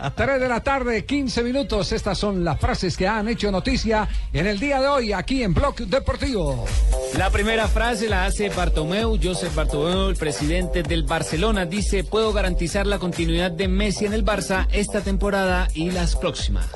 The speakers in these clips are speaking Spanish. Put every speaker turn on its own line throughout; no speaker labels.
A 3 de la tarde, 15 minutos. Estas son las frases que han hecho noticia en el día de hoy aquí en Blog Deportivo.
La primera frase la hace Bartomeu, Josep Bartomeu, el presidente del Barcelona. Dice, puedo garantizar la continuidad de Messi en el Barça esta temporada y las próximas.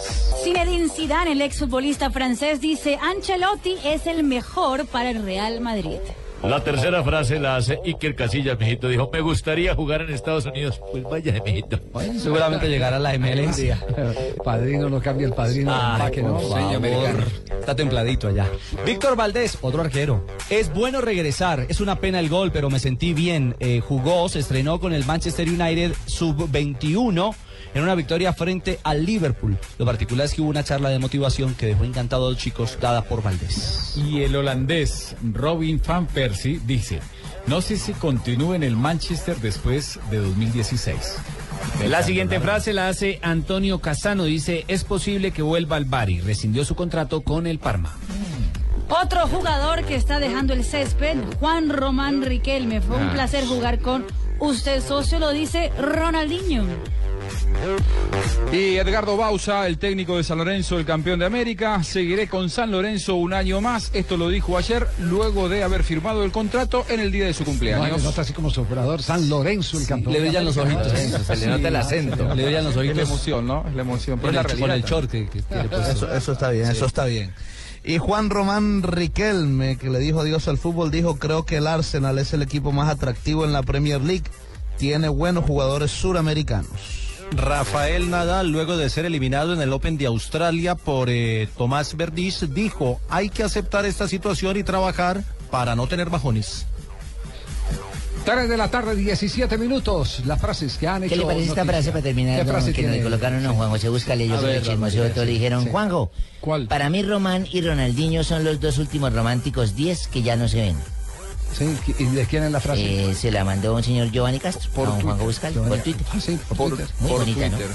Zinedine Zidane, el exfutbolista francés, dice Ancelotti es el mejor para el Real Madrid.
La tercera frase la hace Iker Casillas, mijito. Dijo, me gustaría jugar en Estados Unidos. Pues vaya, mijito. Ah,
Seguramente llegará a la MLS.
Padrino, no cambia el padrino. Ah, que no.
Favor. Está templadito allá. Víctor Valdés, otro arquero. Es bueno regresar. Es una pena el gol, pero me sentí bien. Eh, jugó, se estrenó con el Manchester United sub-21 en una victoria frente al Liverpool. Lo particular es que hubo una charla de motivación que dejó encantado a los chicos dada por Valdés.
Y el holandés Robin van Persie dice, no sé si continúe en el Manchester después de 2016.
La siguiente frase la hace Antonio Casano. Dice, es posible que vuelva al Bari. Rescindió su contrato con el Parma.
Otro jugador que está dejando el césped, Juan Román Riquelme. Fue un
Ah.
placer jugar con usted, socio, lo dice Ronaldinho.
Y Edgardo Bausa, el técnico de San Lorenzo, el campeón de América, seguiré con San Lorenzo un año más. Esto lo dijo ayer, luego de haber firmado el contrato en el día de su
No, él
cumpleaños.
nota así como sobrador. San Lorenzo, el campeón.
Le brillan los ojitos.
Se le
nota el acento. Le brillan los
Es la
ojitos.
emoción, ¿no? Es la emoción. Pero
Con
es la
el, con el
realidad.
short que, que tiene puesto.
Eso, eso está bien, eso está bien. Y Juan Román Riquelme, que le dijo adiós al fútbol, dijo, creo que el Arsenal es el equipo más atractivo en la Premier League. Tiene buenos jugadores suramericanos.
Rafael Nadal, luego de ser eliminado en el Open de Australia por eh, Tomás Verdís, dijo, hay que aceptar esta situación y trabajar para no tener bajones.
3 de la tarde, 17 minutos. Las frases que han hecho
¿Qué le parece esta
noticia.
frase para terminar?
¿Qué
don,
frase
que
tiene?
le colocaron a Juan José Buscale, yo
A
soy
ver,
chismoso,
Ramírez,
todo le
sí,
dijeron,
sí.
Juanjo,
¿Cuál?
para mí Román y Ronaldinho son los dos últimos románticos 10 que ya no se ven.
Sí, ¿Y de quién es la frase?
Eh, se la mandó un señor Giovanni Castro, a don Juanjo Buscale, por Twitter.
Ah, sí, por
Muy
Twitter.
bonita, ¿no?